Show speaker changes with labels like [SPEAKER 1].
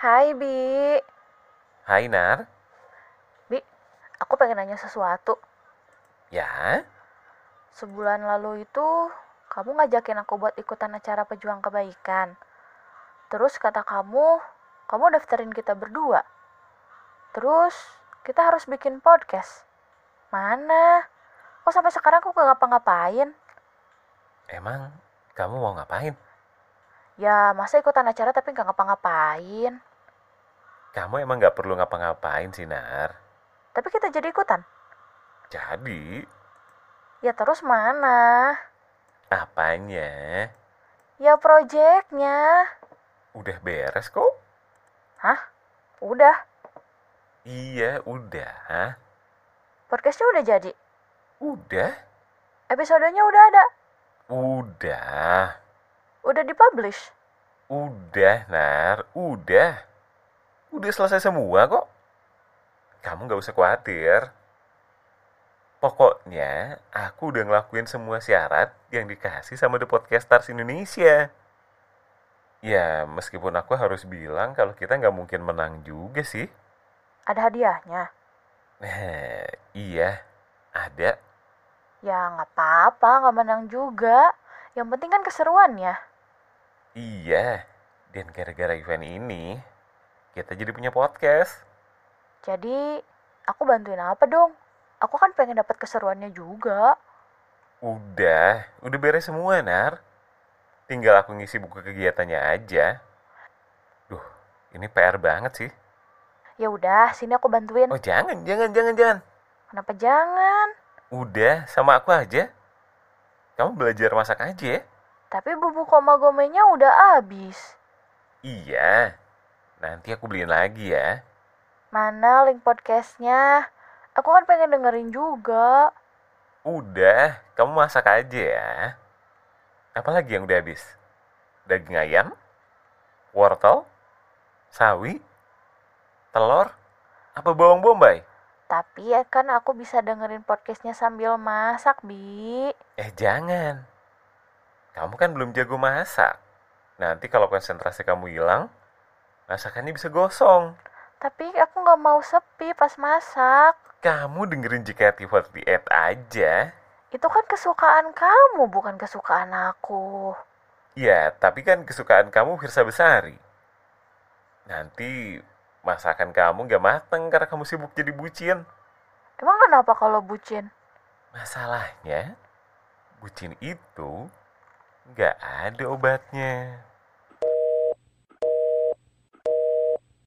[SPEAKER 1] Hai Bi,
[SPEAKER 2] Hai Nar,
[SPEAKER 1] aku pengen nanya sesuatu.
[SPEAKER 2] ya
[SPEAKER 1] Sebulan lalu itu kamu ngajakin aku buat ikutan acara pejuang kebaikan. Terus kata kamu, kamu daftarin kita berdua. Terus kita harus bikin podcast. Mana? Kok sampai sekarang aku gak ngapa-ngapain?
[SPEAKER 2] emang kamu mau ngapain?
[SPEAKER 1] Ya masa ikutan acara tapi gak ngapa-ngapain?
[SPEAKER 2] Kamu emang nggak perlu ngapa-ngapain sih Nar.
[SPEAKER 1] Tapi kita jadi ikutan.
[SPEAKER 2] Jadi
[SPEAKER 1] Ya terus mana?
[SPEAKER 2] apanya?
[SPEAKER 1] Ya projectnya.
[SPEAKER 2] Udah beres kok?
[SPEAKER 1] Udah,
[SPEAKER 2] Iya udah,
[SPEAKER 1] podcastnya udah jadi.
[SPEAKER 2] udah,
[SPEAKER 1] Episodenya udah ada.
[SPEAKER 2] udah,
[SPEAKER 1] Udah dipublish.
[SPEAKER 2] udah Nar, udah, udah selesai semua kok. Kamu nggak usah khawatir. Pokoknya aku udah ngelakuin semua syarat yang dikasih sama The Podcasters Indonesia. Ya, meskipun aku harus bilang kalau kita nggak mungkin menang juga sih.
[SPEAKER 1] Ada hadiahnya.
[SPEAKER 2] iya, ada.
[SPEAKER 1] Ya nggak apa-apa, nggak menang juga. Yang penting kan keseruannya.
[SPEAKER 2] Iya. Dan gara-gara event ini, kita jadi punya podcast.
[SPEAKER 1] Jadi aku bantuin apa dong? Aku kan pengen dapat keseruannya juga.
[SPEAKER 2] Udah, udah beres semua, Nar. Tinggal aku ngisi buku kegiatannya aja. Duh, ini PR banget sih.
[SPEAKER 1] Ya udah, sini aku bantuin.
[SPEAKER 2] Oh, jangan, jangan, jangan, jangan.
[SPEAKER 1] Kenapa jangan?
[SPEAKER 2] Udah, sama aku aja. Kamu belajar masak aja ya?
[SPEAKER 1] Tapi bubuk koma gomenya udah habis.
[SPEAKER 2] Iya. Nanti aku beliin lagi ya.
[SPEAKER 1] Mana link podcastnya? Aku kan pengen dengerin juga.
[SPEAKER 2] Udah, kamu masak aja ya. Apalagi yang udah habis? Daging ayam? Wortel? Sawi? Telur? Apa bawang bombay?
[SPEAKER 1] Tapi ya kan aku bisa dengerin podcastnya sambil masak, Bi.
[SPEAKER 2] Eh jangan. Kamu kan belum jago masak. Nanti kalau konsentrasi kamu hilang, masakannya bisa gosong.
[SPEAKER 1] Tapi aku nggak mau sepi pas masak.
[SPEAKER 2] Kamu dengerin JKT48 aja.
[SPEAKER 1] Itu kan kesukaan kamu, bukan kesukaan aku.
[SPEAKER 2] Ya, tapi kan kesukaan kamu Hirsa Besari. Nanti masakan kamu gak mateng karena kamu sibuk jadi bucin.
[SPEAKER 1] Emang kenapa kalau bucin?
[SPEAKER 2] Masalahnya, bucin itu nggak ada obatnya.